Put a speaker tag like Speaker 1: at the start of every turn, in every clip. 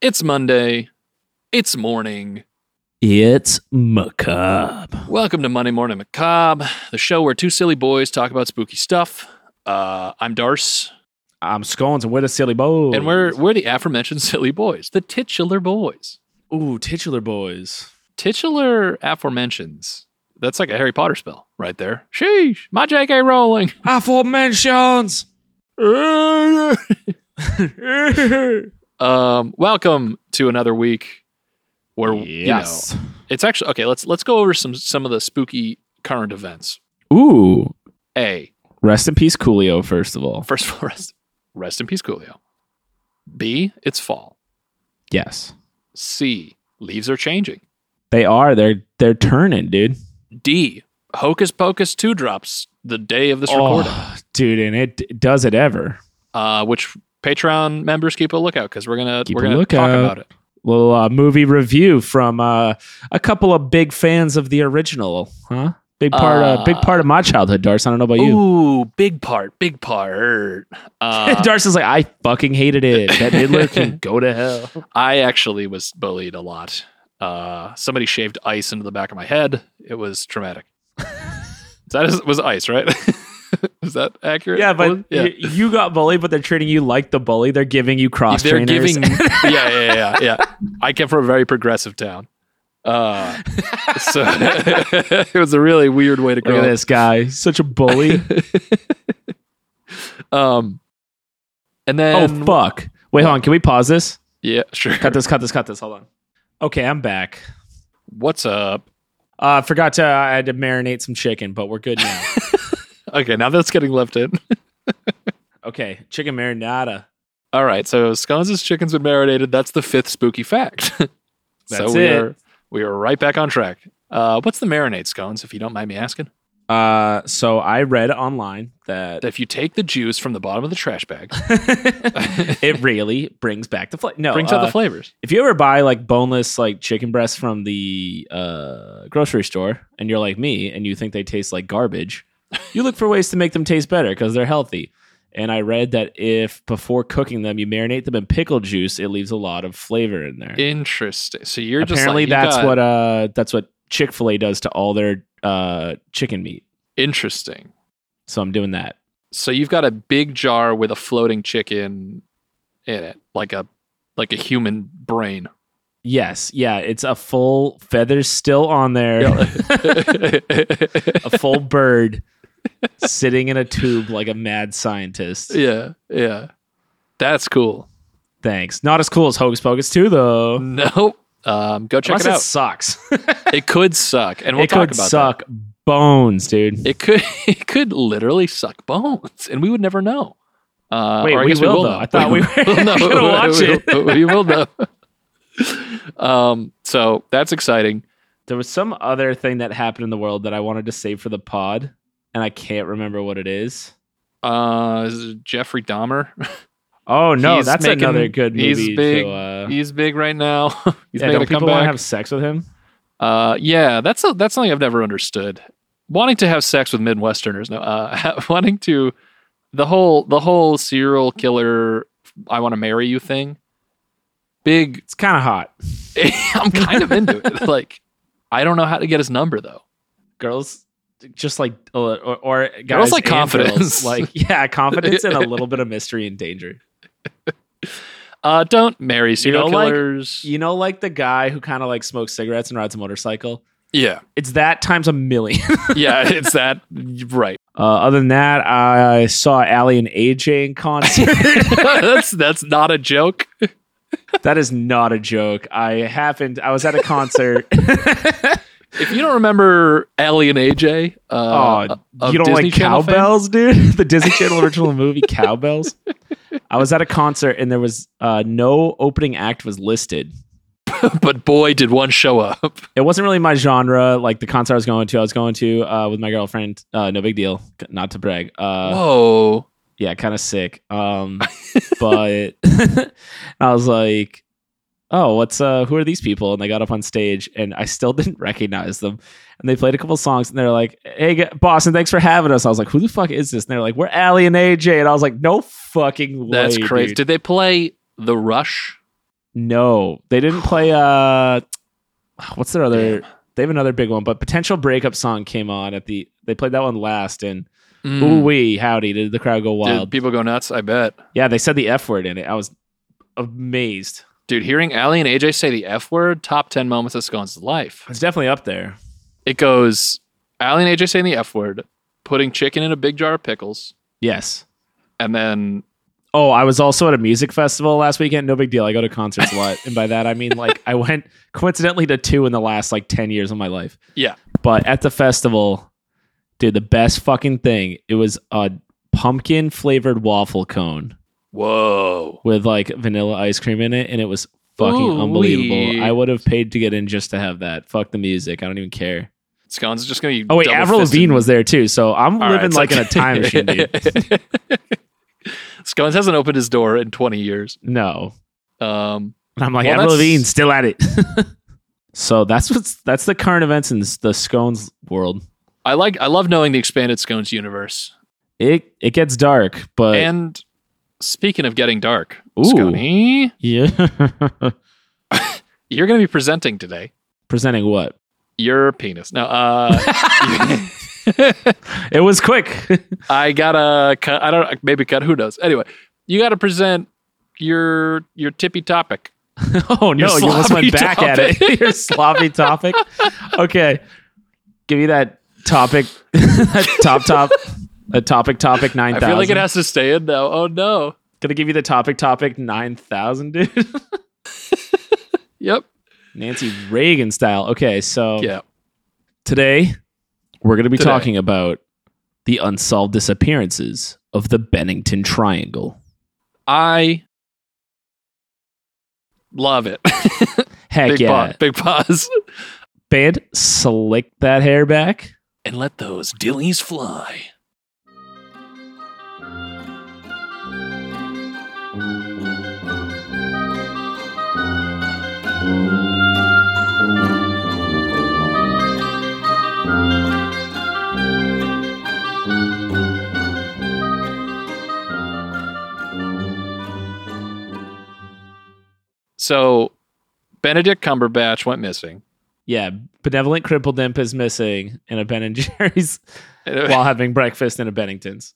Speaker 1: It's Monday. It's morning.
Speaker 2: It's macabre.
Speaker 1: Welcome to Monday Morning Macabre, the show where two silly boys talk about spooky stuff. Uh, I'm Darce,
Speaker 2: I'm scones and we're the silly boys.
Speaker 1: and we're we're the aforementioned silly boys, the titular boys,
Speaker 2: ooh titular boys.
Speaker 1: titular aforementions. That's like a Harry Potter spell right there. Sheesh, my J.K. Rowling.
Speaker 2: Aforementions. yes.
Speaker 1: Um, welcome to another week where you know it's actually okay. Let's let's go over some some of the spooky current events.
Speaker 2: Ooh.
Speaker 1: A
Speaker 2: Rest in peace, Coolio. First of all.
Speaker 1: first of all, rest rest in peace, Coolio. B it's fall.
Speaker 2: Yes.
Speaker 1: C. Leaves are changing.
Speaker 2: They are. They're they're turning, dude.
Speaker 1: D. Hocus Pocus 2 drops the day of this recording,
Speaker 2: Oh, dude, and it, it does it ever.
Speaker 1: uh, which Patreon members keep a lookout because we're going to
Speaker 2: Keep
Speaker 1: we're
Speaker 2: a
Speaker 1: gonna talk
Speaker 2: lookout.
Speaker 1: about it.
Speaker 2: Little uh, movie review from uh, a couple of big fans of the original, huh? Big part, uh, big
Speaker 1: Uh,
Speaker 2: part of my childhood, Darce. I don't know about you.
Speaker 1: Ooh, big part, big part. Uh,
Speaker 2: Darce is like, I fucking hated it. That Midler can go to hell.
Speaker 1: I actually was bullied a lot. Uh, somebody shaved ice into the back of my head. It was traumatic. that is, was ice, right? is that accurate?
Speaker 2: Yeah,
Speaker 1: Was-
Speaker 2: but
Speaker 1: yeah.
Speaker 2: y- you got bullied, but they're treating you like the bully. They're giving you cross
Speaker 1: they're
Speaker 2: trainers.
Speaker 1: giving yeah, yeah yeah yeah i came from a very progressive town uh so it was a really weird way to
Speaker 2: Look
Speaker 1: grow
Speaker 2: at
Speaker 1: up
Speaker 2: this guy, He's such a bully.
Speaker 1: um and
Speaker 2: oh
Speaker 1: then
Speaker 2: fuck! Wait, hold on. Can we pause this?
Speaker 1: yeah sure
Speaker 2: Cut this. Cut this. Cut this. Hold on. Okay, I'm back.
Speaker 1: what's up
Speaker 2: Uh, forgot to. I had to marinate some chicken, but we're good now.
Speaker 1: okay now that's getting left in
Speaker 2: okay, chicken marinara.
Speaker 1: all right so scones chickens been marinated that's the fifth spooky fact so
Speaker 2: That's
Speaker 1: we
Speaker 2: it.
Speaker 1: are we are right back on track uh what's the marinade scones if you don't mind me asking
Speaker 2: Uh, so I read online that
Speaker 1: if you take the juice from the bottom of the trash bag
Speaker 2: it really brings back the flavor. No,
Speaker 1: brings out
Speaker 2: uh,
Speaker 1: the flavors
Speaker 2: if you ever buy like boneless like chicken breasts from the uh, grocery store and you're like me and you think they taste like garbage you look for ways to make them taste better because they're healthy and i read that if before cooking them you marinate them in pickle juice it leaves a lot of flavor in there
Speaker 1: interesting so you're just
Speaker 2: apparently
Speaker 1: like, you
Speaker 2: that's
Speaker 1: got-
Speaker 2: what uh that's what chick-fil-a does to all their uh chicken meat
Speaker 1: interesting
Speaker 2: so i'm doing that
Speaker 1: so you've got a big jar with a floating chicken in it like a like a human brain
Speaker 2: yes yeah it's a full feathers still on there
Speaker 1: yeah
Speaker 2: a full bird sitting in a tube like a mad scientist
Speaker 1: yeah that's cool
Speaker 2: Thanks. Not as cool as Hocus Pocus 2, though.
Speaker 1: nope um go check
Speaker 2: Unless
Speaker 1: it out
Speaker 2: sucks.
Speaker 1: it could suck and we'll
Speaker 2: it
Speaker 1: talk
Speaker 2: could
Speaker 1: about
Speaker 2: suck bones, dude.
Speaker 1: that it could it could literally suck bones and we would never know uh
Speaker 2: Wait,
Speaker 1: or I
Speaker 2: we
Speaker 1: guess
Speaker 2: will,
Speaker 1: will
Speaker 2: though.
Speaker 1: know.
Speaker 2: I thought we were
Speaker 1: will know.
Speaker 2: gonna watch
Speaker 1: We-
Speaker 2: it.
Speaker 1: we, we will know um so that's exciting
Speaker 2: There was some other thing that happened in the world that I wanted to save for the pod, and I can't remember what it is.
Speaker 1: uh is it jeffrey dahmer
Speaker 2: Oh no,
Speaker 1: He's
Speaker 2: that's
Speaker 1: making-
Speaker 2: another good movie.
Speaker 1: he's big.
Speaker 2: To, uh,
Speaker 1: He's big right now. He's
Speaker 2: yeah,
Speaker 1: making
Speaker 2: don't
Speaker 1: a
Speaker 2: people want to
Speaker 1: comeback.
Speaker 2: have sex with him?
Speaker 1: uh, yeah, that's a, that's something I've never understood. Wanting to have sex with Midwesterners, no, uh, wanting to the whole the whole serial killer. I want to marry you thing. Big.
Speaker 2: It's kind of hot.
Speaker 1: I'm kind of into it. Like, I don't know how to get his number though.
Speaker 2: Girls, just like or, or- or guys
Speaker 1: Girls like
Speaker 2: and
Speaker 1: confidence.
Speaker 2: girls, like yeah, confidence and a little bit of mystery and danger.
Speaker 1: Uh, don't marry serial
Speaker 2: know, like,
Speaker 1: killers.
Speaker 2: You know, like the guy who kind of like smokes cigarettes and rides a motorcycle.
Speaker 1: yeah,
Speaker 2: It's that times a million.
Speaker 1: yeah, it's that right.
Speaker 2: Uh, other than that, I saw Ali and AJ in concert.
Speaker 1: that's that's not a joke.
Speaker 2: that is not a joke. I happened. I was at a concert.
Speaker 1: If you don't remember Ellie and AJ, uh,
Speaker 2: oh,
Speaker 1: of
Speaker 2: you don't
Speaker 1: Disney
Speaker 2: like
Speaker 1: Channel fame?
Speaker 2: cowbells, dude? The Disney Channel original movie Cowbells. I was at a concert and there was uh, no opening act was listed.
Speaker 1: but boy, did one show up.
Speaker 2: It wasn't really my genre. Like the concert I was going to, I was going to uh, with my girlfriend. Uh, no big deal. Not to brag. Uh,
Speaker 1: Whoa.
Speaker 2: yeah, kind of sick. Um, but I was like, oh, what's uh, who are these people? And they got up on stage, and I still didn't recognize them. And they played a couple songs, and they're like, "Hey, g- Boston, thanks for having us." I was like, "Who the fuck is this?" And they're like, "We're Allie and AJ," and I was like, "No fucking way."
Speaker 1: That's crazy.
Speaker 2: dude.
Speaker 1: Did they play The Rush?
Speaker 2: No, they didn't play. Uh, what's their other? They have another big one, but potential breakup song came on at the. They played that one last, and ooh
Speaker 1: Mm.
Speaker 2: wee, howdy, did the crowd go
Speaker 1: Did
Speaker 2: wild?
Speaker 1: people go nuts? I bet.
Speaker 2: yeah, they said the f word in it. I was amazed.
Speaker 1: Dude, hearing Ali and AJ say the F word, top 10 moments of Scone's life.
Speaker 2: It's definitely up there.
Speaker 1: It goes Ali and AJ saying the F word, putting chicken in a big jar of pickles,
Speaker 2: Yes.
Speaker 1: and then
Speaker 2: Oh, I was also at a music festival last weekend. No big deal. I go to concerts a lot, and by that I mean like I went coincidentally to two in the last like ten years of my life.
Speaker 1: Yeah.
Speaker 2: But at the festival, dude, the best fucking thing. It was a pumpkin flavored waffle cone.
Speaker 1: whoa.
Speaker 2: with like vanilla ice cream in it, and it was fucking
Speaker 1: Ooh,
Speaker 2: unbelievable.
Speaker 1: wee.
Speaker 2: I would have paid to get in just to have that. Fuck the music. I don't even care.
Speaker 1: Scone's just going to be.
Speaker 2: Oh wait,
Speaker 1: double
Speaker 2: Avril
Speaker 1: fisted.
Speaker 2: Lavigne was there too, so I'm
Speaker 1: All right,
Speaker 2: living
Speaker 1: it's
Speaker 2: like in a
Speaker 1: okay.
Speaker 2: time machine, dude.
Speaker 1: Scones hasn't opened his door in 20 years.
Speaker 2: No,
Speaker 1: Um,
Speaker 2: and I'm like
Speaker 1: Well,
Speaker 2: Avril
Speaker 1: that's-
Speaker 2: Lavigne still at it. so that's what's that's the current events in s- the scones world.
Speaker 1: I like I love knowing the expanded Scones universe.
Speaker 2: It it gets dark, but
Speaker 1: and speaking of getting dark,
Speaker 2: Ooh.
Speaker 1: Sconey,
Speaker 2: yeah.
Speaker 1: you're going to be presenting today.
Speaker 2: Presenting what?
Speaker 1: Your penis. No, uh,
Speaker 2: It was quick.
Speaker 1: I gotta cut. I don't. Maybe cut. Who knows? Anyway, you gotta present your your tippy topic.
Speaker 2: Oh no, you almost
Speaker 1: sloppy
Speaker 2: went back at it.
Speaker 1: topic.
Speaker 2: Your sloppy topic. Okay. Give me that topic that top top a topic topic nine
Speaker 1: I
Speaker 2: thousand.
Speaker 1: feel like it has to stay in now. Oh no.
Speaker 2: gonna give you the topic topic nine thousand, dude.
Speaker 1: Yep.
Speaker 2: Nancy Reagan style. Okay, so
Speaker 1: Yeah.
Speaker 2: today we're gonna be
Speaker 1: Today.
Speaker 2: talking about the unsolved disappearances of the Bennington Triangle.
Speaker 1: I love it.
Speaker 2: Heck
Speaker 1: big
Speaker 2: yeah.
Speaker 1: pause. Big pause.
Speaker 2: Band, slick that hair back.
Speaker 1: And let those dillies fly. So, Benedict Cumberbatch went missing.
Speaker 2: Yeah, benevolent crippled imp is missing in a Ben and Jerry's while having breakfast in a Bennington's.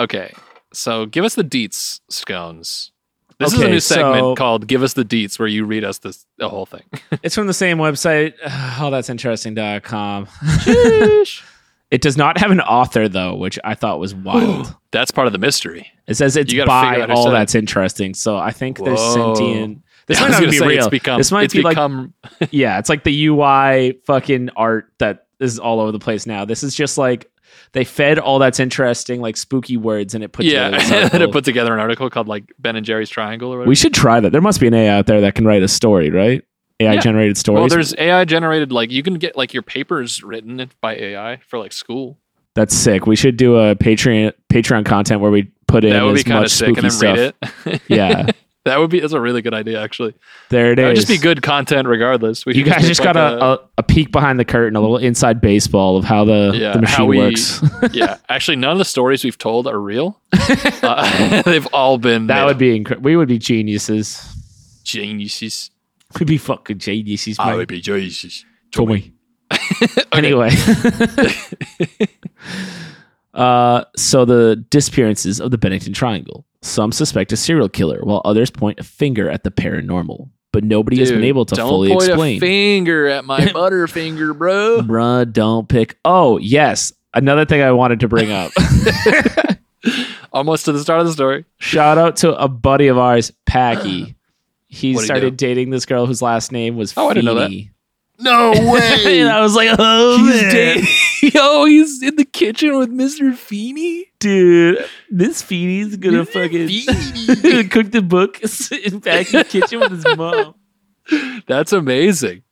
Speaker 1: Okay. So give us the deets, scones. This is a
Speaker 2: Okay,
Speaker 1: new segment
Speaker 2: so-
Speaker 1: called Give Us the Deets where you read us this the whole thing.
Speaker 2: It's from the same website, all that's interesting.com. it does not have an author though, which I thought was wild.
Speaker 1: That's part of the mystery.
Speaker 2: it says it's
Speaker 1: You gotta figure
Speaker 2: by
Speaker 1: out
Speaker 2: all
Speaker 1: yourself.
Speaker 2: that's interesting. So I think there's
Speaker 1: Whoa.
Speaker 2: sentient. This
Speaker 1: I
Speaker 2: might
Speaker 1: was
Speaker 2: not
Speaker 1: gonna
Speaker 2: be
Speaker 1: say
Speaker 2: real.
Speaker 1: It's become,
Speaker 2: this might
Speaker 1: it's
Speaker 2: be
Speaker 1: become
Speaker 2: like yeah, it's like the UI fucking art that is all over the place now. This is just like they fed all that's interesting like spooky words and it put
Speaker 1: yeah.
Speaker 2: together this
Speaker 1: and
Speaker 2: article.
Speaker 1: it put together an article called like Ben and Jerry's Triangle or whatever.
Speaker 2: We should try that. There must be an AI out there that can write a story, right? AI
Speaker 1: Yeah.
Speaker 2: generated stories.
Speaker 1: well, there's AI generated like you can get like your papers written by AI for like school.
Speaker 2: That's sick. We should do a Patreon Patreon content where we put in
Speaker 1: That would be
Speaker 2: as
Speaker 1: kind
Speaker 2: much
Speaker 1: of sick,
Speaker 2: spooky
Speaker 1: and then
Speaker 2: stuff.
Speaker 1: read it.
Speaker 2: yeah,
Speaker 1: that would be that's a really good idea actually.
Speaker 2: there it
Speaker 1: That would
Speaker 2: is.
Speaker 1: just be good content regardless. We
Speaker 2: You
Speaker 1: should
Speaker 2: guys
Speaker 1: make,
Speaker 2: just
Speaker 1: like,
Speaker 2: got a, a, a peek behind the curtain, a little inside baseball of how the,
Speaker 1: Yeah,
Speaker 2: the machine
Speaker 1: how we-
Speaker 2: works.
Speaker 1: yeah, actually, none of the stories we've told are real. Uh, they've all been
Speaker 2: that would be incredible. We would be geniuses.
Speaker 1: geniuses.
Speaker 2: We'd be fucking geniuses, mate.
Speaker 1: be geniuses.
Speaker 2: Tommy. Anyway. uh, so the disappearances of the Bennington Triangle. Some suspect a serial killer, while others point a finger at the paranormal. But nobody has been able to
Speaker 1: don't
Speaker 2: fully
Speaker 1: point
Speaker 2: explain.
Speaker 1: a finger at my butterfinger, bro.
Speaker 2: Bruh, don't pick. Oh, yes. Another thing I wanted to bring up.
Speaker 1: Almost to the start of the story.
Speaker 2: Shout out to a buddy of ours, Packy. He
Speaker 1: What'd he
Speaker 2: started dating this girl whose last name was
Speaker 1: Oh, I didn't know that.
Speaker 2: Feeney.
Speaker 1: No
Speaker 2: and I was like, oh, man.
Speaker 1: Yo, he's in the kitchen with Mr. Feeney.
Speaker 2: dude, this Feeney's gonna
Speaker 1: Mr.
Speaker 2: fucking cook the book in back in the kitchen with his mom.
Speaker 1: That's amazing.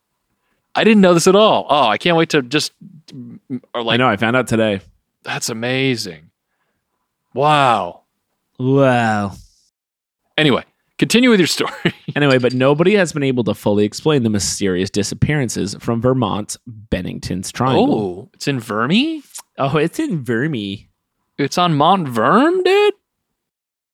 Speaker 1: I didn't know this at all. Oh, I can't wait to just or
Speaker 2: I
Speaker 1: like
Speaker 2: know. I found out today.
Speaker 1: that's amazing. Wow.
Speaker 2: Wow.
Speaker 1: Anyway, Continue with your story.
Speaker 2: Anyway, but nobody has been able to fully explain the mysterious disappearances from Vermont's Bennington's Triangle.
Speaker 1: Oh, it's in Vermi?
Speaker 2: Oh, it's in Vermi.
Speaker 1: It's on Mont Verm, dude?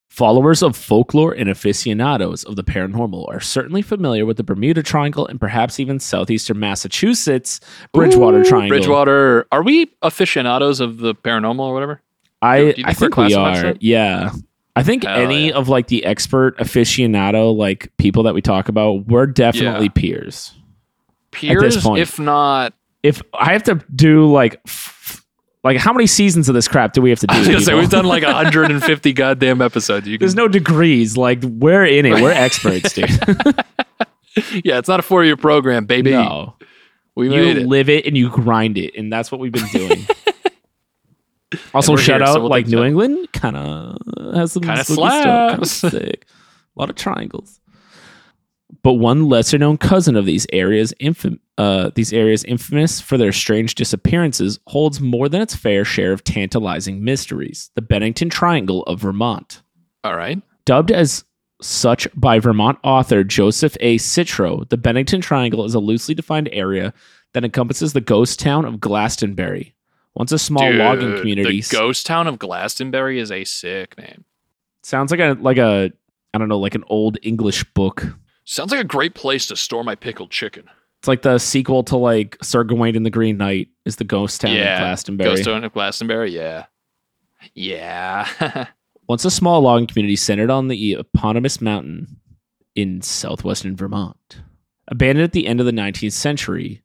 Speaker 2: Followers of folklore and aficionados of the paranormal are certainly familiar with the Bermuda Triangle and perhaps even southeastern Massachusetts Bridgewater
Speaker 1: Ooh,
Speaker 2: Triangle.
Speaker 1: Bridgewater. Are we aficionados of the paranormal or whatever?
Speaker 2: I,
Speaker 1: Do you think
Speaker 2: I
Speaker 1: we're
Speaker 2: think we
Speaker 1: classified
Speaker 2: are.
Speaker 1: that?
Speaker 2: Yeah. I think
Speaker 1: Hell
Speaker 2: any
Speaker 1: yeah.
Speaker 2: of like the expert aficionado like people that we talk about, we're definitely
Speaker 1: Yeah.
Speaker 2: peers.
Speaker 1: Peers,
Speaker 2: point.
Speaker 1: if not,
Speaker 2: If I have to do like f- like how many seasons of this crap do we have to do?
Speaker 1: I was gonna say
Speaker 2: people?
Speaker 1: we've done like 150 goddamn episodes. You can,
Speaker 2: There's no degrees. Like we're in it. We're experts, dude.
Speaker 1: yeah, it's not a four-year program, baby.
Speaker 2: no.
Speaker 1: we
Speaker 2: you
Speaker 1: made it.
Speaker 2: live it and you grind it, and that's what we've been doing. also,
Speaker 1: And we're
Speaker 2: shout
Speaker 1: here,
Speaker 2: out
Speaker 1: so we'll
Speaker 2: like
Speaker 1: take
Speaker 2: New
Speaker 1: that.
Speaker 2: England, kind of has some
Speaker 1: Kinda
Speaker 2: spooky stuff, kinda
Speaker 1: slaps.
Speaker 2: sick. a lot of triangles. But one lesser-known cousin of these areas, infam- uh, these areas infamous for their strange disappearances, holds more than its fair share of tantalizing mysteries: the Bennington Triangle of Vermont
Speaker 1: All right.
Speaker 2: dubbed as such by Vermont author Joseph A. Citro, the Bennington Triangle is a loosely defined area that encompasses the ghost town of Glastonbury, once a small
Speaker 1: Dude,
Speaker 2: logging community.
Speaker 1: The ghost town of Glastonbury is a sick name.
Speaker 2: Sounds like a like a I don't know, like an old English book.
Speaker 1: Sounds like a great place to store my pickled chicken.
Speaker 2: It's like the sequel to like Sir Gawain and the Green Knight is the ghost town
Speaker 1: Yeah,
Speaker 2: of Glastonbury.
Speaker 1: Ghost town of Glastonbury, yeah, yeah.
Speaker 2: once a small logging community centered on the eponymous mountain in southwestern Vermont. Abandoned at the end of the 19th century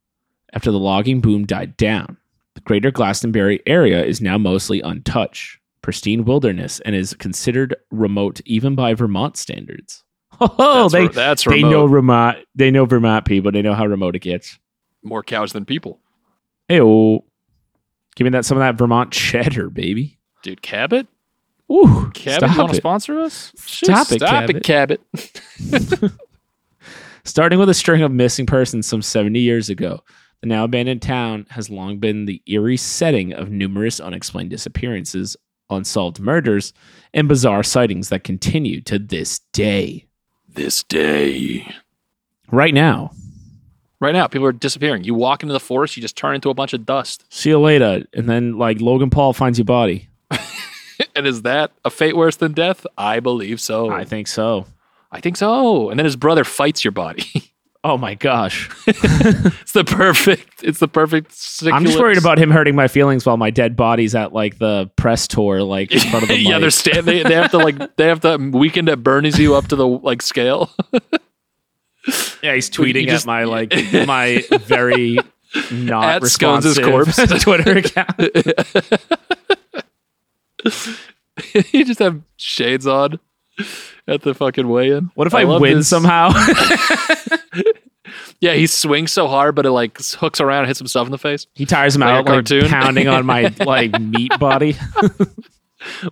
Speaker 2: after the logging boom died down, the greater Glastonbury area is now mostly untouched, pristine wilderness, and is considered remote even by Vermont standards. Oh,
Speaker 1: that's
Speaker 2: they,
Speaker 1: re- that's
Speaker 2: they
Speaker 1: remote.
Speaker 2: know Vermont. They know Vermont people. They know how remote it gets.
Speaker 1: more cows than people.
Speaker 2: Ayo. Give me that some of that Vermont cheddar, baby.
Speaker 1: Dude, Cabot?
Speaker 2: Ooh,
Speaker 1: Cabot, you
Speaker 2: stop
Speaker 1: want to
Speaker 2: it.
Speaker 1: sponsor us? Shit,
Speaker 2: Stop it,
Speaker 1: stop it, Cabot.
Speaker 2: Starting with a string of missing persons some 70 years ago, the now abandoned town has long been the eerie setting of numerous unexplained disappearances, unsolved murders, and bizarre sightings that continue to this day.
Speaker 1: This day.
Speaker 2: Right now,
Speaker 1: Right now, people are disappearing. You walk into the forest, you just turn into a bunch of dust.
Speaker 2: see you later. And then, like, Logan Paul finds your body.
Speaker 1: And is that a fate worse than death? I believe so.
Speaker 2: I think so.
Speaker 1: I think so. And then his brother fights your body.
Speaker 2: Oh my gosh.
Speaker 1: it's the perfect. It's the perfect.
Speaker 2: I'm just
Speaker 1: circular-
Speaker 2: worried about him hurting my feelings while my dead body's at, like, the press tour, like, in front of the
Speaker 1: yeah,
Speaker 2: mic.
Speaker 1: they're stand. They, they have to like. They have to weekend at Bernie's you up to the like scale.
Speaker 2: Yeah, he's
Speaker 1: Well, you
Speaker 2: tweeting
Speaker 1: just-
Speaker 2: at my like my very
Speaker 1: At
Speaker 2: not
Speaker 1: Scones'
Speaker 2: responsive
Speaker 1: corpse.
Speaker 2: Twitter account.
Speaker 1: you just have shades on at the fucking weigh-in.
Speaker 2: What if I,
Speaker 1: love
Speaker 2: win
Speaker 1: this.
Speaker 2: somehow?
Speaker 1: Yeah, he swings so hard, but it like hooks around, and hits himself in the face.
Speaker 2: he tires him
Speaker 1: Like a
Speaker 2: out like
Speaker 1: cartoon.
Speaker 2: pounding on my like meat body, and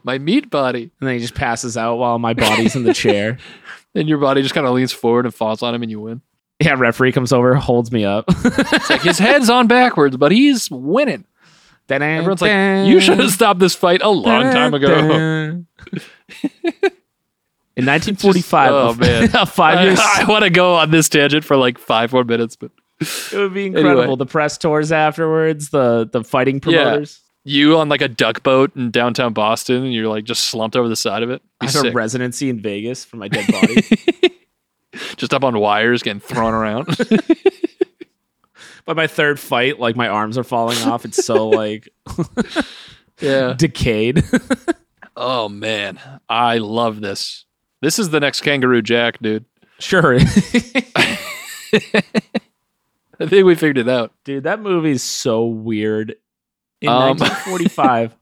Speaker 1: My meat body,
Speaker 2: then he just passes out while my body's in the chair.
Speaker 1: and your body just kind of leans forward and falls on him, and you win.
Speaker 2: Yeah, referee comes over, holds me up.
Speaker 1: It's like his head's on backwards, but he's winning. Everyone's like, you should have stopped this fight a long time ago.
Speaker 2: In 1945,
Speaker 1: oh,
Speaker 2: a-
Speaker 1: man.
Speaker 2: a five-year
Speaker 1: I, want to go on this tangent for like five more minutes, but
Speaker 2: it would be incredible.
Speaker 1: Anyway.
Speaker 2: The press tours afterwards, the the fighting
Speaker 1: Yeah.
Speaker 2: promoters.
Speaker 1: you on like a duck boat in downtown Boston, and you're like just slumped over the side of it.
Speaker 2: I
Speaker 1: Be
Speaker 2: have a
Speaker 1: sick.
Speaker 2: residency in Vegas for my dead body.
Speaker 1: just up on wires, getting thrown around.
Speaker 2: By my third fight, like my arms are falling off. It's so like
Speaker 1: yeah.
Speaker 2: decayed.
Speaker 1: Oh man, I love this. This is the next Kangaroo Jack, dude.
Speaker 2: sure.
Speaker 1: I think we figured it out.
Speaker 2: Dude, that movie is so weird. In
Speaker 1: Um.
Speaker 2: 1945,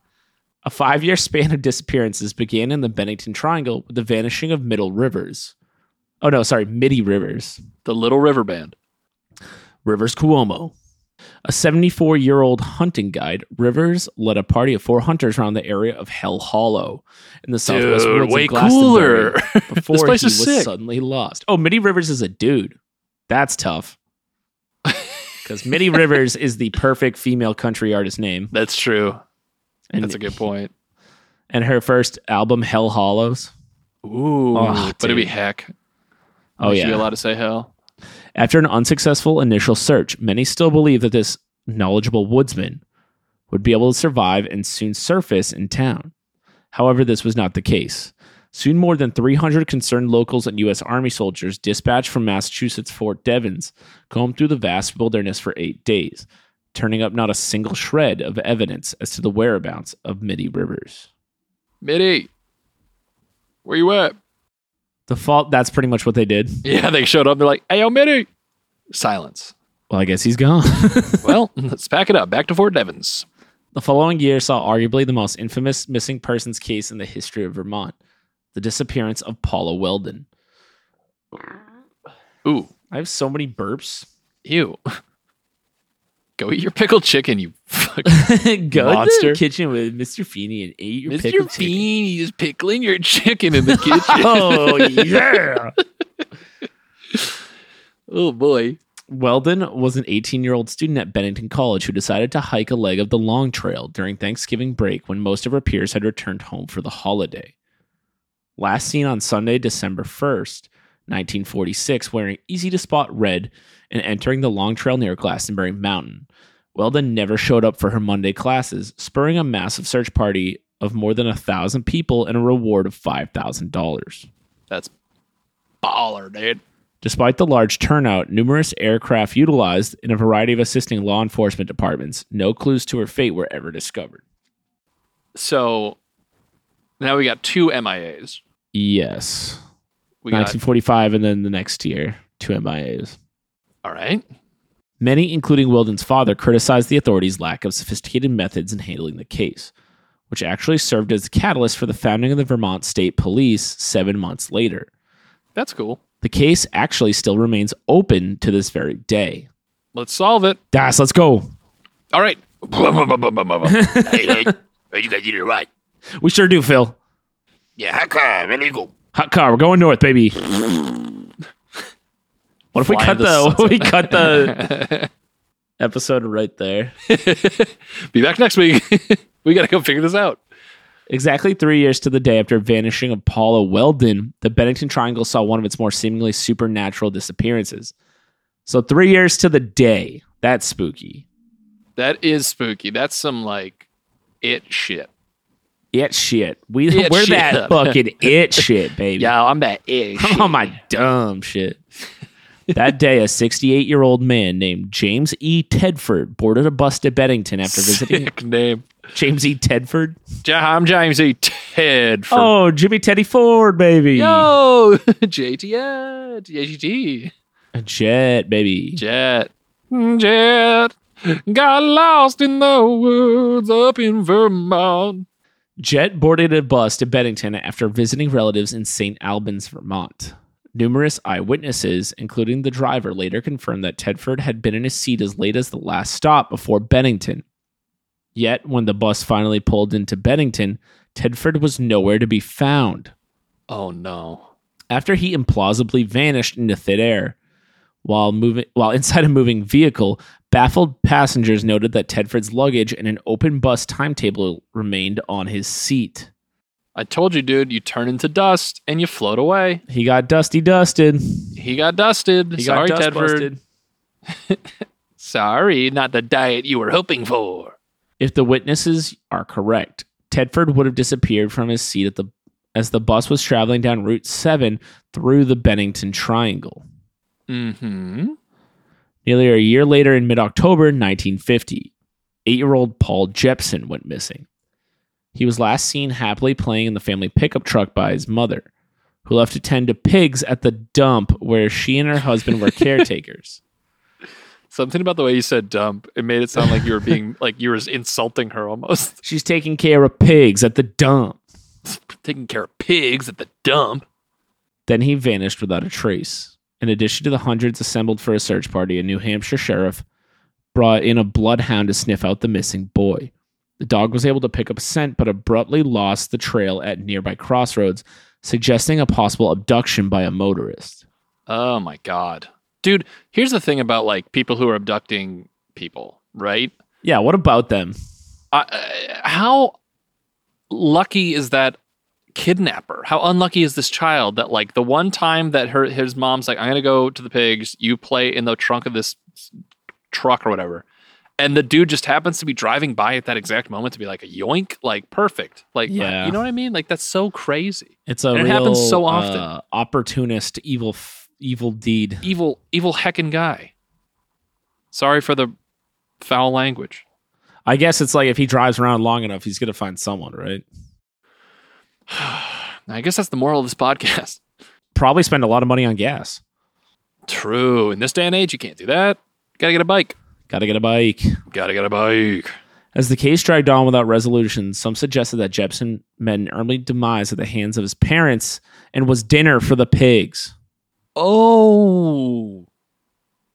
Speaker 2: a five year span of disappearances began in the Bennington Triangle with the vanishing of Middle Rivers. Oh, no, sorry, Midi Rivers.
Speaker 1: The Little River Band.
Speaker 2: Rivers Cuomo. A 74 year old hunting guide, Rivers led a party of four hunters around the area of Hell Hollow in the southwest
Speaker 1: Dude,
Speaker 2: woods
Speaker 1: way
Speaker 2: of Glastonbury
Speaker 1: cooler.
Speaker 2: Before
Speaker 1: place
Speaker 2: he
Speaker 1: is
Speaker 2: was
Speaker 1: sick.
Speaker 2: suddenly lost. Oh, Mitty Rivers is a dude. That's tough. Because Mitty Rivers is the perfect female country artist name.
Speaker 1: That's true.
Speaker 2: And,
Speaker 1: That's a good point.
Speaker 2: And her first album, Hell Hollows.
Speaker 1: Ooh,
Speaker 2: Oh,
Speaker 1: but it'd be
Speaker 2: dude.
Speaker 1: heck.
Speaker 2: Oh,
Speaker 1: We should be
Speaker 2: yeah.
Speaker 1: allowed to say hell.
Speaker 2: After an unsuccessful initial search, many still believe that this knowledgeable woodsman would be able to survive and soon surface in town. However, this was not the case. Soon, more than 300 concerned locals and U.S. Army soldiers dispatched from Massachusetts Fort Devens combed through the vast wilderness for eight days, turning up not a single shred of evidence as to the whereabouts of Mitty Rivers.
Speaker 1: Mitty, where you at?
Speaker 2: The fault, that's pretty much what they did.
Speaker 1: Yeah, they showed up. They're like, "Hey, yo, Mitty." Silence.
Speaker 2: Well, I guess he's gone.
Speaker 1: well, let's pack it up. Back to Fort Devens.
Speaker 2: The following year saw arguably the most infamous missing persons case in the history of Vermont the disappearance of Paula Weldon.
Speaker 1: Ooh,
Speaker 2: I have so many burps.
Speaker 1: ew. Go eat your pickled chicken, you fucking
Speaker 2: Go to
Speaker 1: Monster.
Speaker 2: the kitchen with Mr. Feeney and eat your pickled
Speaker 1: Mr.
Speaker 2: chicken.
Speaker 1: Bean is pickling your chicken in the kitchen.
Speaker 2: Oh, yeah.
Speaker 1: oh boy.
Speaker 2: Weldon was an 18 year old student at Bennington College who decided to hike a leg of the Long Trail during Thanksgiving break when most of her peers had returned home for the holiday. Last seen on Sunday, December 1st, 1946, wearing easy to spot red and entering the Long Trail near Glastonbury Mountain. Weldon never showed up for her Monday classes, spurring a massive search party of more than a thousand people and a reward of $5,000.
Speaker 1: That's baller, dude.
Speaker 2: Despite the large turnout, numerous aircraft utilized in a variety of assisting law enforcement departments, no clues to her fate were ever discovered.
Speaker 1: So now we got two MIAs.
Speaker 2: Yes.
Speaker 1: We got
Speaker 2: 1945 and then the next year, two MIAs.
Speaker 1: all right.
Speaker 2: Many, including Weldon's father, criticized the authorities' lack of sophisticated methods in handling the case, which actually served as the catalyst for the founding of the Vermont State Police seven months later.
Speaker 1: That's cool.
Speaker 2: The case actually still remains open to this very day.
Speaker 1: Let's solve it.
Speaker 2: Das, let's go.
Speaker 1: All right.
Speaker 3: hey, hey, hey, you guys did it right.
Speaker 2: We sure do, Phil.
Speaker 3: Yeah, how come? An eagle.
Speaker 2: Hot car, we're going north, baby. What if we
Speaker 1: Fly
Speaker 2: cut
Speaker 1: the
Speaker 2: the, what if we
Speaker 1: sunset.
Speaker 2: cut the episode right there?
Speaker 1: Be back next week. we got to go figure this out.
Speaker 2: Exactly three years to the day after vanishing of Paula Weldon, the Bennington Triangle saw one of its more seemingly supernatural disappearances. So three years to the day. That's spooky.
Speaker 1: That is spooky. That's some like it shit.
Speaker 2: It shit. We
Speaker 1: It
Speaker 2: we're
Speaker 1: shit.
Speaker 2: that fucking it shit, baby.
Speaker 1: I'm that it
Speaker 2: Come on, Oh, my dumb shit. that day, a 68 year old man named James E. Tedford boarded a bus to Bennington after visiting
Speaker 1: Sick name.
Speaker 2: James E. Tedford.
Speaker 1: Ja- I'm James E. Ted from
Speaker 2: Oh, Jimmy Teddy Ford, baby.
Speaker 1: Yo JTN JGT
Speaker 2: Jet, baby.
Speaker 1: Jet Jet got lost in the woods up in Vermont.
Speaker 2: Jet boarded a bus to Bennington after visiting relatives in St. Albans, Vermont. Numerous eyewitnesses, including the driver, later confirmed that Tedford had been in his seat as late as the last stop before Bennington. Yet, when the bus finally pulled into Bennington, Tedford was nowhere to be found.
Speaker 1: Oh no.
Speaker 2: after he implausibly vanished into thin air while moving while inside a moving vehicle baffled passengers noted that tedford's luggage and an open bus timetable remained on his seat
Speaker 1: I told you, dude, you turn into dust and you float away.
Speaker 2: he got dusty dusted
Speaker 1: He got dusted.
Speaker 2: he
Speaker 1: Sorry,
Speaker 2: got dust
Speaker 1: Tedford.
Speaker 2: busted.
Speaker 1: Sorry, not the diet you were hoping for.
Speaker 2: if the witnesses are correct tedford would have disappeared from his seat at the as the bus was traveling down route 7 through the bennington triangle
Speaker 1: Mm-hmm.
Speaker 2: Nearly a year later, in mid October 1950, eight year old Paul Jepson went missing. He was last seen happily playing in the family pickup truck by his mother, who left to tend to pigs at the dump where she and her husband were caretakers.
Speaker 1: Something about the way you said dump, it made it sound like you were being like you were insulting her almost.
Speaker 2: She's taking care of pigs at the dump.
Speaker 1: Taking care of pigs at the dump.
Speaker 2: Then he vanished without a trace. In addition to the hundreds assembled for a search party, a New Hampshire sheriff brought in a bloodhound to sniff out the missing boy. The dog was able to pick up scent, but abruptly lost the trail at nearby crossroads, suggesting a possible abduction by a motorist.
Speaker 1: Oh my god. Dude, here's the thing about like people who are abducting people, right?
Speaker 2: Yeah, what about them?
Speaker 1: I- Uh, how lucky is that kidnapper. How unlucky is this child that like the one time that her his mom's like, I'm gonna go to the pigs. You play in the trunk of this s- truck or whatever, and the dude just happens to be driving by at that exact moment to be like a yoink, like perfect, like
Speaker 2: Yeah.
Speaker 1: you know what I mean? Like that's so crazy.
Speaker 2: It's a
Speaker 1: And it
Speaker 2: real,
Speaker 1: happens so often.
Speaker 2: uh, opportunist evil f- evil deed.
Speaker 1: Evil, evil heckin' guy. Sorry for the foul language.
Speaker 2: I guess it's like if he drives around long enough, he's gonna find someone, right?
Speaker 1: I guess that's the moral of this podcast.
Speaker 2: Probably spend a lot of money on gas.
Speaker 1: True. In this day and age, you can't do that. Gotta get a bike.
Speaker 2: Got to get a bike.
Speaker 1: Gotta get a bike.
Speaker 2: As the case dragged on without resolution, some suggested that Jepson met an early demise at the hands of his parents and was dinner for the pigs.
Speaker 1: Oh,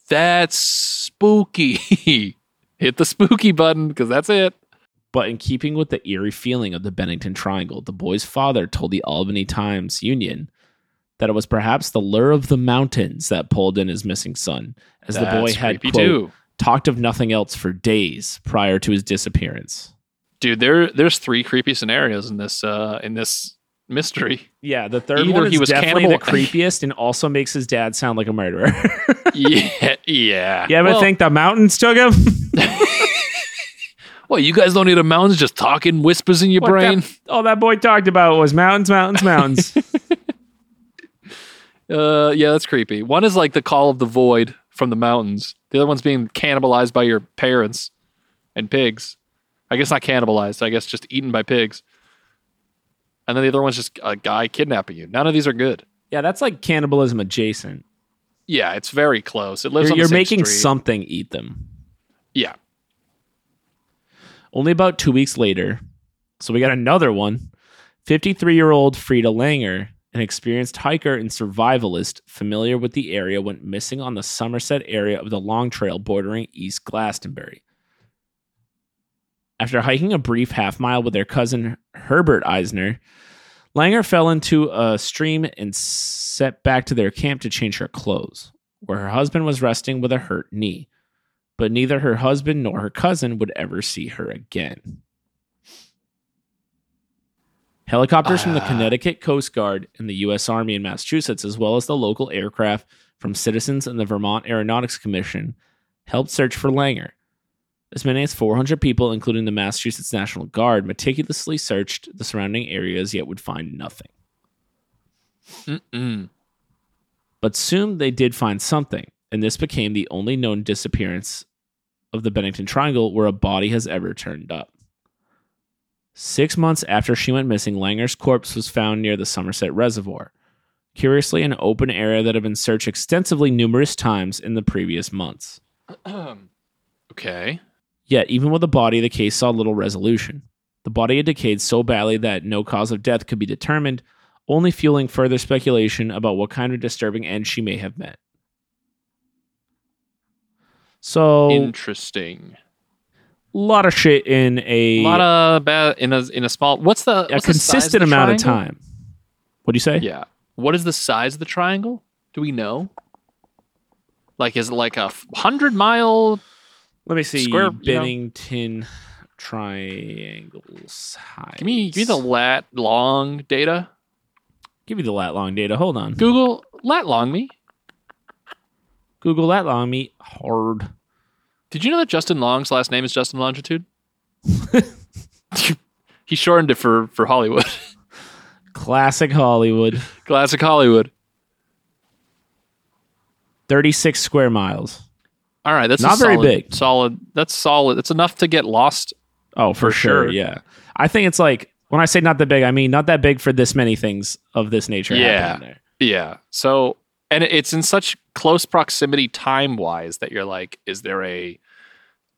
Speaker 1: that's spooky. Hit the spooky button because that's it.
Speaker 2: But in keeping with the eerie feeling of the Bennington Triangle, the boy's father told the Albany Times Union that it was perhaps the lure of the mountains that pulled in his missing son, as the boy
Speaker 1: That's
Speaker 2: had
Speaker 1: creepy,
Speaker 2: quote,
Speaker 1: too.
Speaker 2: talked of nothing else for days prior to his disappearance.
Speaker 1: Dude, there there's three creepy scenarios in this uh in this mystery.
Speaker 2: Yeah, the third
Speaker 1: Either
Speaker 2: one
Speaker 1: he
Speaker 2: is
Speaker 1: was
Speaker 2: definitely the
Speaker 1: cannibal-
Speaker 2: creepiest and also makes his dad sound like a murderer.
Speaker 1: yeah, yeah.
Speaker 2: you ever
Speaker 1: well,
Speaker 2: think the mountains took him?
Speaker 1: Well, you guys don't need a mountains just talking whispers in your
Speaker 2: What the-
Speaker 1: brain.
Speaker 2: all that boy talked about was mountains, mountains, mountains.
Speaker 1: Uh, yeah, that's creepy. One is like the call of the void from the mountains. The other one's being cannibalized by your parents and pigs. I guess not cannibalized. I guess just eaten by pigs. And then the other one's just a guy kidnapping you. None of these are good.
Speaker 2: yeah, that's like cannibalism adjacent.
Speaker 1: Yeah, it's very close. It lives.
Speaker 2: You're,
Speaker 1: on the
Speaker 2: you're
Speaker 1: same
Speaker 2: making
Speaker 1: street.
Speaker 2: something eat them.
Speaker 1: Yeah,
Speaker 2: Only about two weeks later, so we got another one. 53 year old Frida Langer, an experienced hiker and survivalist familiar with the area, went missing on the Somerset area of the Long Trail bordering East Glastonbury. After hiking a brief half mile with their cousin Herbert Eisner, Langer fell into a stream and set back to their camp to change her clothes, where her husband was resting with a hurt knee but neither her husband nor her cousin would ever see her again. Helicopters from the
Speaker 1: Ah.
Speaker 2: Connecticut Coast Guard and the U.S. Army in Massachusetts, as well as the local aircraft from citizens and the Vermont Aeronautics Commission, helped search for Langer. As many as 400 people, including the Massachusetts National Guard, meticulously searched the surrounding areas yet would find nothing.
Speaker 1: Mm-mm.
Speaker 2: But soon they did find something, and this became the only known disappearance of the Bennington Triangle where a body has ever turned up. Six months after she went missing, Langer's corpse was found near the Somerset Reservoir. Curiously, an open area that had been searched extensively numerous times in the previous months.
Speaker 1: okay.
Speaker 2: Yet, even with the body, the case saw little resolution. The body had decayed so badly that no cause of death could be determined, only fueling further speculation about what kind of disturbing end she may have met. So, a
Speaker 1: Interesting.
Speaker 2: lot of shit in a,
Speaker 1: A lot of bad in a in a small. What's the
Speaker 2: a
Speaker 1: what's the size
Speaker 2: consistent
Speaker 1: the
Speaker 2: amount of
Speaker 1: triangle?
Speaker 2: time. What do you say?
Speaker 1: Yeah. What is the size of the triangle? Do we know? Like, is it like a hundred mile
Speaker 2: Let me see.
Speaker 1: Square, you know.
Speaker 2: Bennington triangle size.
Speaker 1: Give me, give me the lat long data.
Speaker 2: give me the lat long data. Hold on.
Speaker 1: Google lat long me.
Speaker 2: Google lat long me hard.
Speaker 1: Did you know that Justin Long's last name is Justin Longitude? he shortened it for for Hollywood,
Speaker 2: Classic Hollywood.
Speaker 1: classic Hollywood.
Speaker 2: 36 square miles.
Speaker 1: All right, that's a
Speaker 2: Not very
Speaker 1: solid-
Speaker 2: big.
Speaker 1: Solid. That's solid. It's enough to get lost.
Speaker 2: Oh, for,
Speaker 1: For
Speaker 2: sure.
Speaker 1: sure.
Speaker 2: Yeah. I think it's like when I say not that big, I mean not that big for this many things of this nature.
Speaker 1: Yeah.
Speaker 2: happening there.
Speaker 1: Yeah. So, and it's in such close proximity time wise that you're like, is there a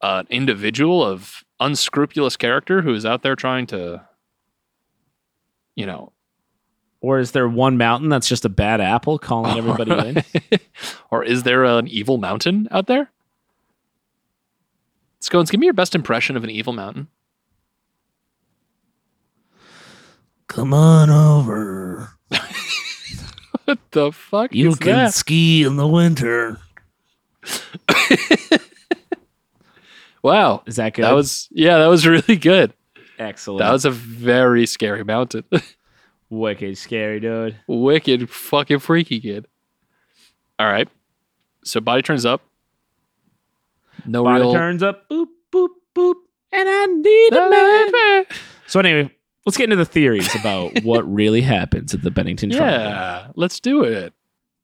Speaker 1: an individual of unscrupulous character who is out there trying to, you know,
Speaker 2: Or is there one mountain that's just a bad apple calling everybody in?
Speaker 1: or is there an evil mountain out there? Scones, give me your best impression of an evil mountain.
Speaker 2: Come on over.
Speaker 1: What the fuck is that?
Speaker 2: ski in the winter.
Speaker 1: Wow.
Speaker 2: Is that good?
Speaker 1: That was yeah, that was really good.
Speaker 2: excellent.
Speaker 1: That was a very scary mountain.
Speaker 2: Wicked scary, dude.
Speaker 1: Wicked fucking freaky kid. All right. So body turns up. No
Speaker 2: Body
Speaker 1: real.
Speaker 2: turns up, boop, boop, boop, and I need a man. So anyway, let's get into the theories about what really happens at the Bennington Triangle.
Speaker 1: Yeah, let's do it.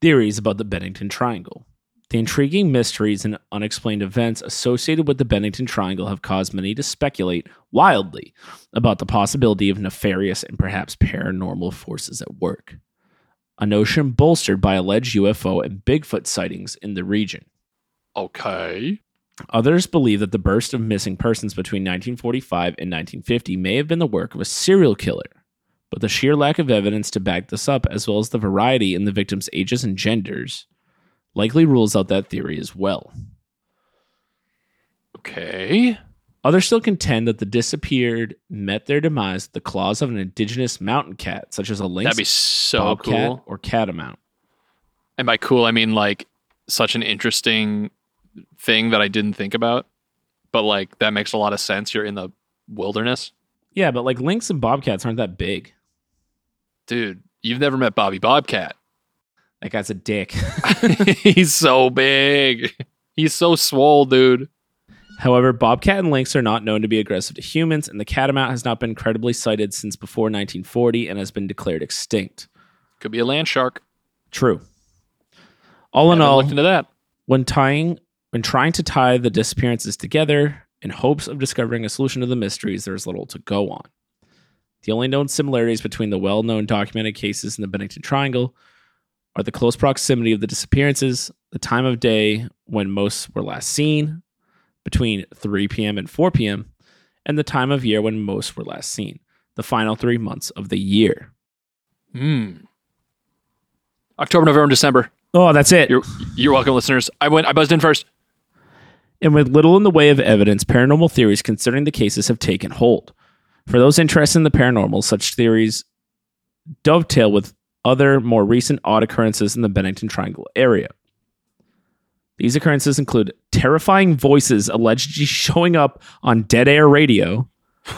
Speaker 2: Theories about the Bennington Triangle. The intriguing mysteries and unexplained events associated with the Bennington Triangle have caused many to speculate wildly about the possibility of nefarious and perhaps paranormal forces at work. A notion bolstered by alleged UFO and Bigfoot sightings in the region.
Speaker 1: Okay.
Speaker 2: Others believe that the burst of missing persons between 1945 and 1950 may have been the work of a serial killer, but the sheer lack of evidence to back this up, as well as the variety in the victims' ages and genders, likely rules out that theory as well.
Speaker 1: Okay.
Speaker 2: Others still contend that the disappeared met their demise at the claws of an indigenous mountain cat, such as a lynx,
Speaker 1: That'd be so
Speaker 2: bobcat,
Speaker 1: cool.
Speaker 2: or catamount.
Speaker 1: And by cool, I mean like such an interesting thing that I didn't think about. But like that makes a lot of sense. You're in the wilderness.
Speaker 2: Yeah, but like lynx and bobcats aren't that big.
Speaker 1: Dude, you've never met Bobby Bobcat.
Speaker 2: That guy's a dick.
Speaker 1: He's so big. He's so swole, dude.
Speaker 2: However, bobcat and lynx are not known to be aggressive to humans, and the catamount has not been credibly sighted since before 1940 and has been declared extinct.
Speaker 1: Could be a land shark.
Speaker 2: True. All in
Speaker 1: Haven't
Speaker 2: all,
Speaker 1: looked into that.
Speaker 2: when tying when trying to tie the disappearances together in hopes of discovering a solution to the mysteries, there is little to go on. The only known similarities between the well-known documented cases in the Bennington Triangle are the close proximity of the disappearances, the time of day when most were last seen, between 3 p.m. and 4 p.m., and the time of year when most were last seen, the final 3 months of the year.
Speaker 1: Hmm. October, November, and December.
Speaker 2: Oh, that's it.
Speaker 1: You're you're welcome, listeners. I went. I buzzed in first.
Speaker 2: and with little in the way of evidence, paranormal theories concerning the cases have taken hold. For those interested in the paranormal, such theories dovetail with other more recent odd occurrences in the Bennington Triangle area. These occurrences include terrifying voices allegedly showing up on dead air radio,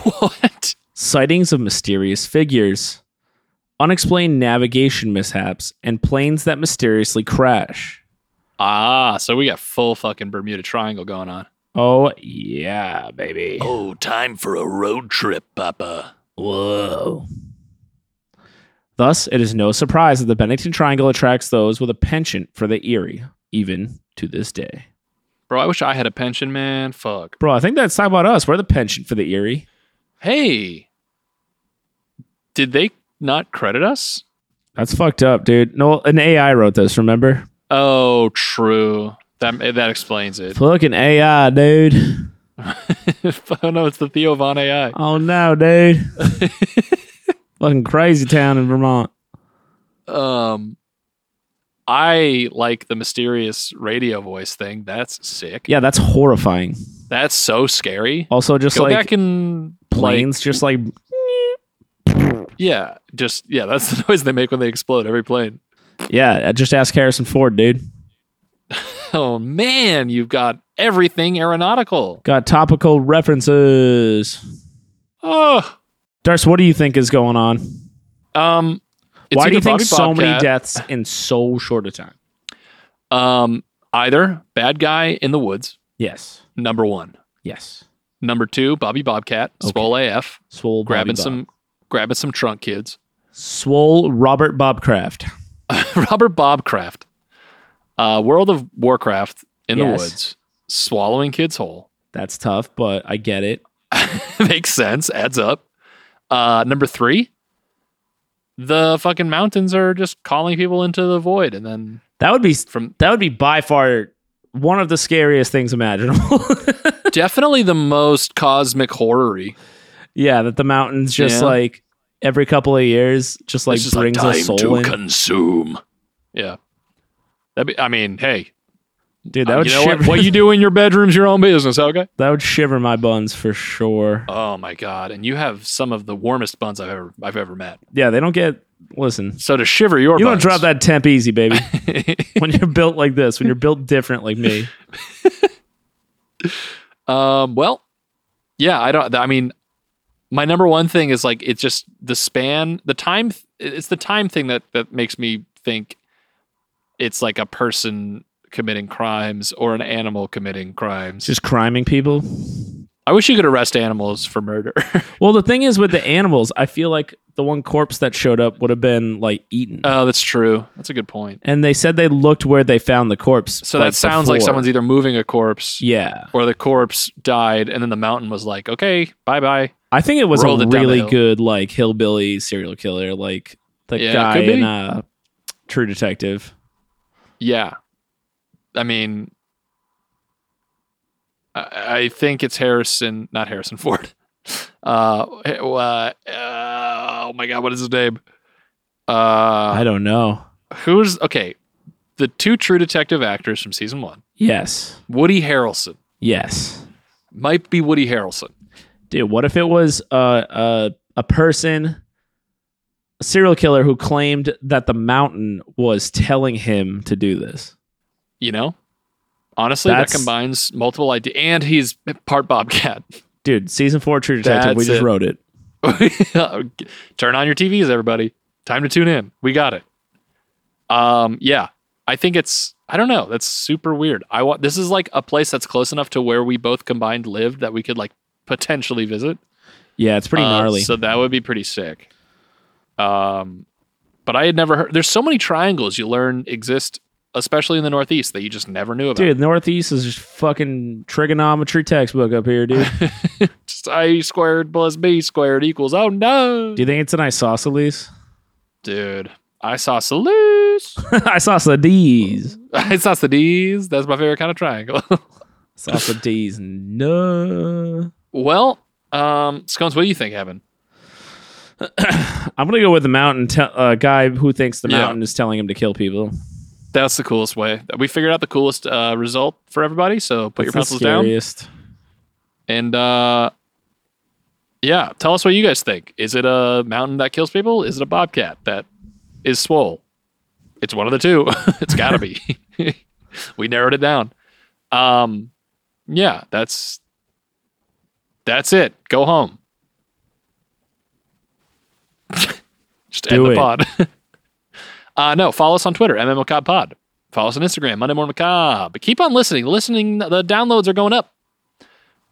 Speaker 1: What?
Speaker 2: sightings of mysterious figures, unexplained navigation mishaps, and planes that mysteriously crash.
Speaker 1: Ah, so we got full fucking Bermuda Triangle going on.
Speaker 2: Oh, yeah, baby.
Speaker 3: Oh, time for a road trip, Papa.
Speaker 2: Whoa. Thus, it is no surprise that the Bennington Triangle attracts those with a penchant for the eerie, even to this day.
Speaker 1: Bro, I wish I had a pension, man. Fuck.
Speaker 2: Bro, I think that's talking about us. We're the penchant for the eerie.
Speaker 1: Hey. Did they not credit us?
Speaker 2: That's fucked up, dude. No, an AI wrote this, remember?
Speaker 1: Oh, true. That that explains it.
Speaker 2: Fucking AI, dude.
Speaker 1: oh no, it's the Theo Von AI.
Speaker 2: Oh no, dude. Fucking crazy town in Vermont.
Speaker 1: Um I like the mysterious radio voice thing. That's sick.
Speaker 2: Yeah, that's horrifying.
Speaker 1: That's so scary.
Speaker 2: Also, just
Speaker 1: Go
Speaker 2: like
Speaker 1: back and
Speaker 2: planes, just like
Speaker 1: like, yeah, just yeah, that's the noise they make when they explode every plane.
Speaker 2: yeah. Just ask Harrison Ford, dude.
Speaker 1: Oh man, you've got everything aeronautical.
Speaker 2: Got topical references.
Speaker 1: Oh,
Speaker 2: Darce, what do you think is going on?
Speaker 1: um, it's
Speaker 2: Why do
Speaker 1: either
Speaker 2: you think
Speaker 1: Bobby
Speaker 2: so many
Speaker 1: Bobcat-
Speaker 2: deaths in so short a time?
Speaker 1: Um, either bad guy in the woods,
Speaker 2: Yes.
Speaker 1: number one.
Speaker 2: Yes.
Speaker 1: Number two, Bobby Bobcat,
Speaker 2: Okay.
Speaker 1: swole AF,
Speaker 2: Swole Bobby
Speaker 1: grabbing
Speaker 2: Bob.
Speaker 1: some, grabbing some trunk kids.
Speaker 2: Swole Robert Bobcraft.
Speaker 1: Robert Bobcraft, uh, World of Warcraft in
Speaker 2: Yes.
Speaker 1: the woods, swallowing kids whole.
Speaker 2: That's tough, but I get it.
Speaker 1: Makes sense. Adds up. Uh, number three, the fucking mountains are just calling people into the void, and then
Speaker 2: That would be
Speaker 1: from
Speaker 2: that would be by far one of the scariest things imaginable.
Speaker 1: definitely the most cosmic horrory.
Speaker 2: yeah, that the mountains just
Speaker 1: Yeah.
Speaker 2: like every couple of years just like
Speaker 3: this is
Speaker 2: brings
Speaker 3: a time
Speaker 2: a soul
Speaker 3: to
Speaker 2: in.
Speaker 3: consume.
Speaker 1: Yeah, that. Be, I mean, hey, um,
Speaker 2: Dude, that would
Speaker 1: Uh, you know
Speaker 2: shiver
Speaker 1: what? what you do in your bedroom's your own business, okay?
Speaker 2: that would shiver my buns for sure.
Speaker 1: Oh my god! And you have some of the warmest buns I've ever I've ever met.
Speaker 2: Yeah, they don't get listen.
Speaker 1: So to shiver your
Speaker 2: You don't
Speaker 1: buns,
Speaker 2: drop that temp easy, baby.
Speaker 1: that.
Speaker 2: when you're built like this, when you're built different like me.
Speaker 1: um, well, yeah, I don't. I mean, my number one thing is like it's just the span, the time. th- It's the time thing that that makes me think it's like a person committing crimes or an animal committing crimes.
Speaker 2: Just criming people.
Speaker 1: I wish you could arrest animals for murder.
Speaker 2: Well, the thing is with the animals, I feel like the one corpse that showed up would have been like eaten.
Speaker 1: oh, that's true. That's a good point.
Speaker 2: and they said they looked where they found the corpse.
Speaker 1: So that sounds like
Speaker 2: before.
Speaker 1: someone's either moving a corpse
Speaker 2: Yeah,
Speaker 1: or the corpse died and then the mountain was like, okay, bye bye.
Speaker 2: I think it was
Speaker 1: Rolled
Speaker 2: a
Speaker 1: it down the
Speaker 2: really
Speaker 1: hill.
Speaker 2: good like hillbilly serial killer, like the
Speaker 1: Yeah, it
Speaker 2: guy
Speaker 1: could be.
Speaker 2: in uh, True Detective.
Speaker 1: Yeah. I mean, I, I think it's Harrison, not Harrison Ford. Uh, eh, uh, uh, oh my God, what is his name? Uh,
Speaker 2: I don't know.
Speaker 1: who's okay? The two True Detective actors from season one,
Speaker 2: Yes,
Speaker 1: Woody Harrelson,
Speaker 2: yes,
Speaker 1: might be Woody Harrelson.
Speaker 2: dude. What if it was uh, a a person, a serial killer who claimed that the mountain was telling him to do this?
Speaker 1: You know, honestly,
Speaker 2: That's-
Speaker 1: that combines multiple ideas, and he's part Bobcat.
Speaker 2: Dude, season four True Detective. we
Speaker 1: That's
Speaker 2: just
Speaker 1: it.
Speaker 2: wrote it.
Speaker 1: Turn on your TVs, everybody. Time to tune in. We got it. Um, yeah, I think it's. I don't know. That's super weird. I want. This is like a place that's close enough to where we both combined lived that we could like potentially visit.
Speaker 2: Yeah, it's pretty
Speaker 1: Uh,
Speaker 2: gnarly.
Speaker 1: So that would be pretty sick. Um, but I had never heard. There's so many triangles you learn exist, especially in the Northeast, that you just never knew about.
Speaker 2: Dude, Northeast is just fucking trigonometry textbook up here, dude.
Speaker 1: Just a squared plus b squared equals oh no,
Speaker 2: Do you think it's an isosceles?
Speaker 1: dude. I saw Salus.
Speaker 2: isosceles.
Speaker 1: Isosceles. That's my favorite kind of triangle.
Speaker 2: Isosceles. No.
Speaker 1: well, um, Scones, what do you think happened?
Speaker 2: I'm going to go with the mountain te- uh, guy who thinks the
Speaker 1: Yeah.
Speaker 2: mountain is telling him to kill people.
Speaker 1: That's the coolest way. We figured out the coolest uh, result for everybody. So put your
Speaker 2: That's the
Speaker 1: pencils down
Speaker 2: scariest.
Speaker 1: and uh, yeah, tell us what you guys think. Is it a mountain that kills people? Is it a bobcat that is swole? It's one of the two. it's got to be. we narrowed it down. Um, yeah, that's that's it. Go home. Just
Speaker 2: Do
Speaker 1: end
Speaker 2: it.
Speaker 1: the pod. uh, no, follow us on Twitter, MM Macabre Pod. Follow us on Instagram, Monday Morning Macabre. Keep on listening. Listening, the downloads are going up.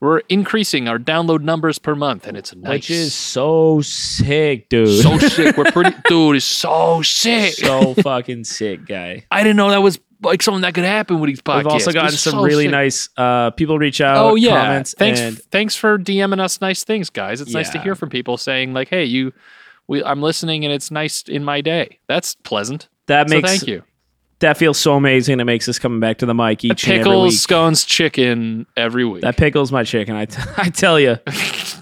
Speaker 1: We're increasing our download numbers per month, and it's nice.
Speaker 2: Which is so sick, dude.
Speaker 1: so sick. We're pretty, dude. It's so sick.
Speaker 2: So fucking sick, guy.
Speaker 1: I didn't know that was like something that could happen with these podcasts.
Speaker 2: We've also gotten
Speaker 1: This is
Speaker 2: some
Speaker 1: so
Speaker 2: really
Speaker 1: sick.
Speaker 2: nice uh, people reach out.
Speaker 1: oh yeah
Speaker 2: comments
Speaker 1: thanks
Speaker 2: and
Speaker 1: thanks for dming us nice things guys it's nice to
Speaker 2: Yeah.
Speaker 1: hear from people saying like hey you we, i'm listening and it's nice in my day that's pleasant
Speaker 2: that
Speaker 1: so
Speaker 2: makes
Speaker 1: thank you
Speaker 2: that feels so amazing. It makes us coming back to the mic each and every
Speaker 1: pickles
Speaker 2: week.
Speaker 1: scones chicken every week
Speaker 2: That pickles my chicken. I, t- I tell you.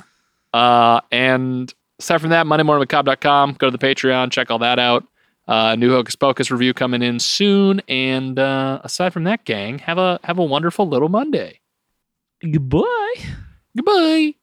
Speaker 1: uh and aside from that monday morning macabre.com go to the patreon check all that out uh new hocus pocus review coming in soon and uh aside from that gang have a have a wonderful little monday
Speaker 2: Goodbye.
Speaker 1: goodbye